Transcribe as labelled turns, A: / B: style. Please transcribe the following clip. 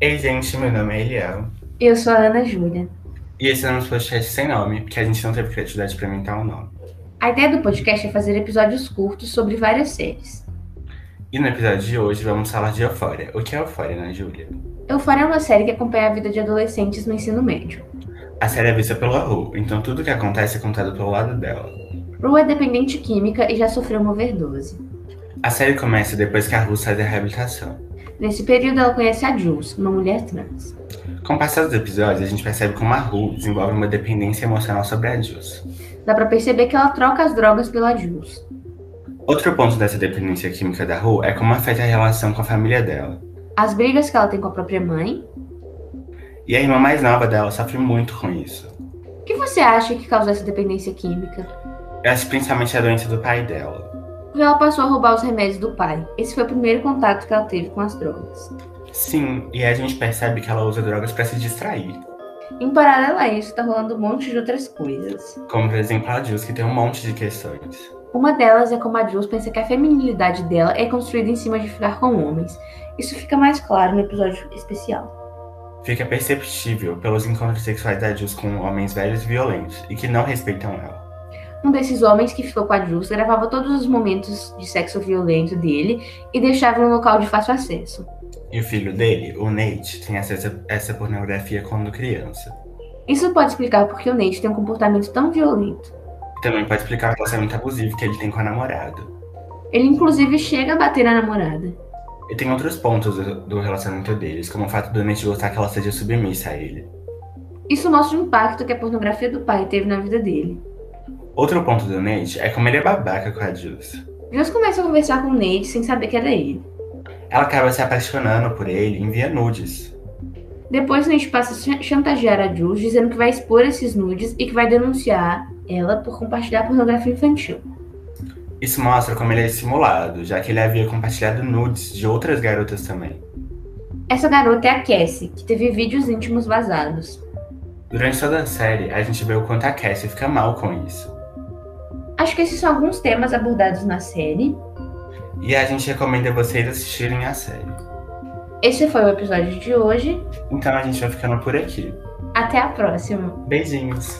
A: Ei, gente, meu nome é Eliel.
B: E eu sou a Ana Júlia.
A: E esse é o nosso podcast sem nome, porque a gente não teve criatividade pra inventar um nome.
B: A ideia do podcast é fazer episódios curtos sobre várias séries.
A: E no episódio de hoje vamos falar de Eufória. O que é Eufória, né, Júlia?
B: Euphoria é uma série que acompanha a vida de adolescentes no ensino médio.
A: A série é vista pela Ru, então tudo que acontece é contado pelo lado dela.
B: Rue é dependente química e já sofreu uma overdose.
A: A série começa depois que a Ru sai da reabilitação.
B: Nesse período, ela conhece a Jules, uma mulher trans.
A: Com o passar dos episódios, a gente percebe como a Ru desenvolve uma dependência emocional sobre a Jules.
B: Dá pra perceber que ela troca as drogas pela Jules.
A: Outro ponto dessa dependência química da Ru é como afeta a relação com a família dela.
B: As brigas que ela tem com a própria mãe.
A: E a irmã mais nova dela sofre muito com isso.
B: O que você acha que causa essa dependência química?
A: Eu acho principalmente a doença do pai dela.
B: Porque ela passou a roubar os remédios do pai. Esse foi o primeiro contato que ela teve com as drogas.
A: Sim, e aí a gente percebe que ela usa drogas pra se distrair.
B: Em paralelo a isso, tá rolando um monte de outras coisas.
A: Como, por exemplo, a Jules, que tem um monte de questões.
B: Uma delas é como a Jules pensa que a feminilidade dela é construída em cima de ficar com homens. Isso fica mais claro no episódio especial.
A: Fica perceptível pelos encontros sexuais da Jules com homens velhos e violentos e que não respeitam ela.
B: Um desses homens que ficou com a Jules gravava todos os momentos de sexo violento dele e deixava em um local de fácil acesso.
A: E o filho dele, o Nate, tem acesso a essa pornografia quando criança.
B: Isso pode explicar porque o Nate tem um comportamento tão violento.
A: Também pode explicar o relacionamento abusivo que ele tem com a namorada.
B: Ele inclusive chega a bater na namorada.
A: E tem outros pontos do, do relacionamento deles, como o fato do Nate gostar que ela seja submissa a ele.
B: Isso mostra o impacto que a pornografia do pai teve na vida dele.
A: Outro ponto do Nate é como ele é babaca com a Jules.
B: Jules começa a conversar com o Nate sem saber que era ele.
A: Ela acaba se apaixonando por ele e envia nudes.
B: Depois Nate passa a chan- chantagear a Jules, dizendo que vai expor esses nudes e que vai denunciar ela por compartilhar pornografia infantil.
A: Isso mostra como ele é simulado, já que ele havia compartilhado nudes de outras garotas também.
B: Essa garota é a Cassie, que teve vídeos íntimos vazados.
A: Durante toda a série, a gente vê o quanto a Cassie fica mal com isso.
B: Acho que esses são alguns temas abordados na série.
A: E a gente recomenda vocês assistirem a série.
B: Esse foi o episódio de hoje.
A: Então a gente vai ficando por aqui.
B: Até a próxima!
A: Beijinhos!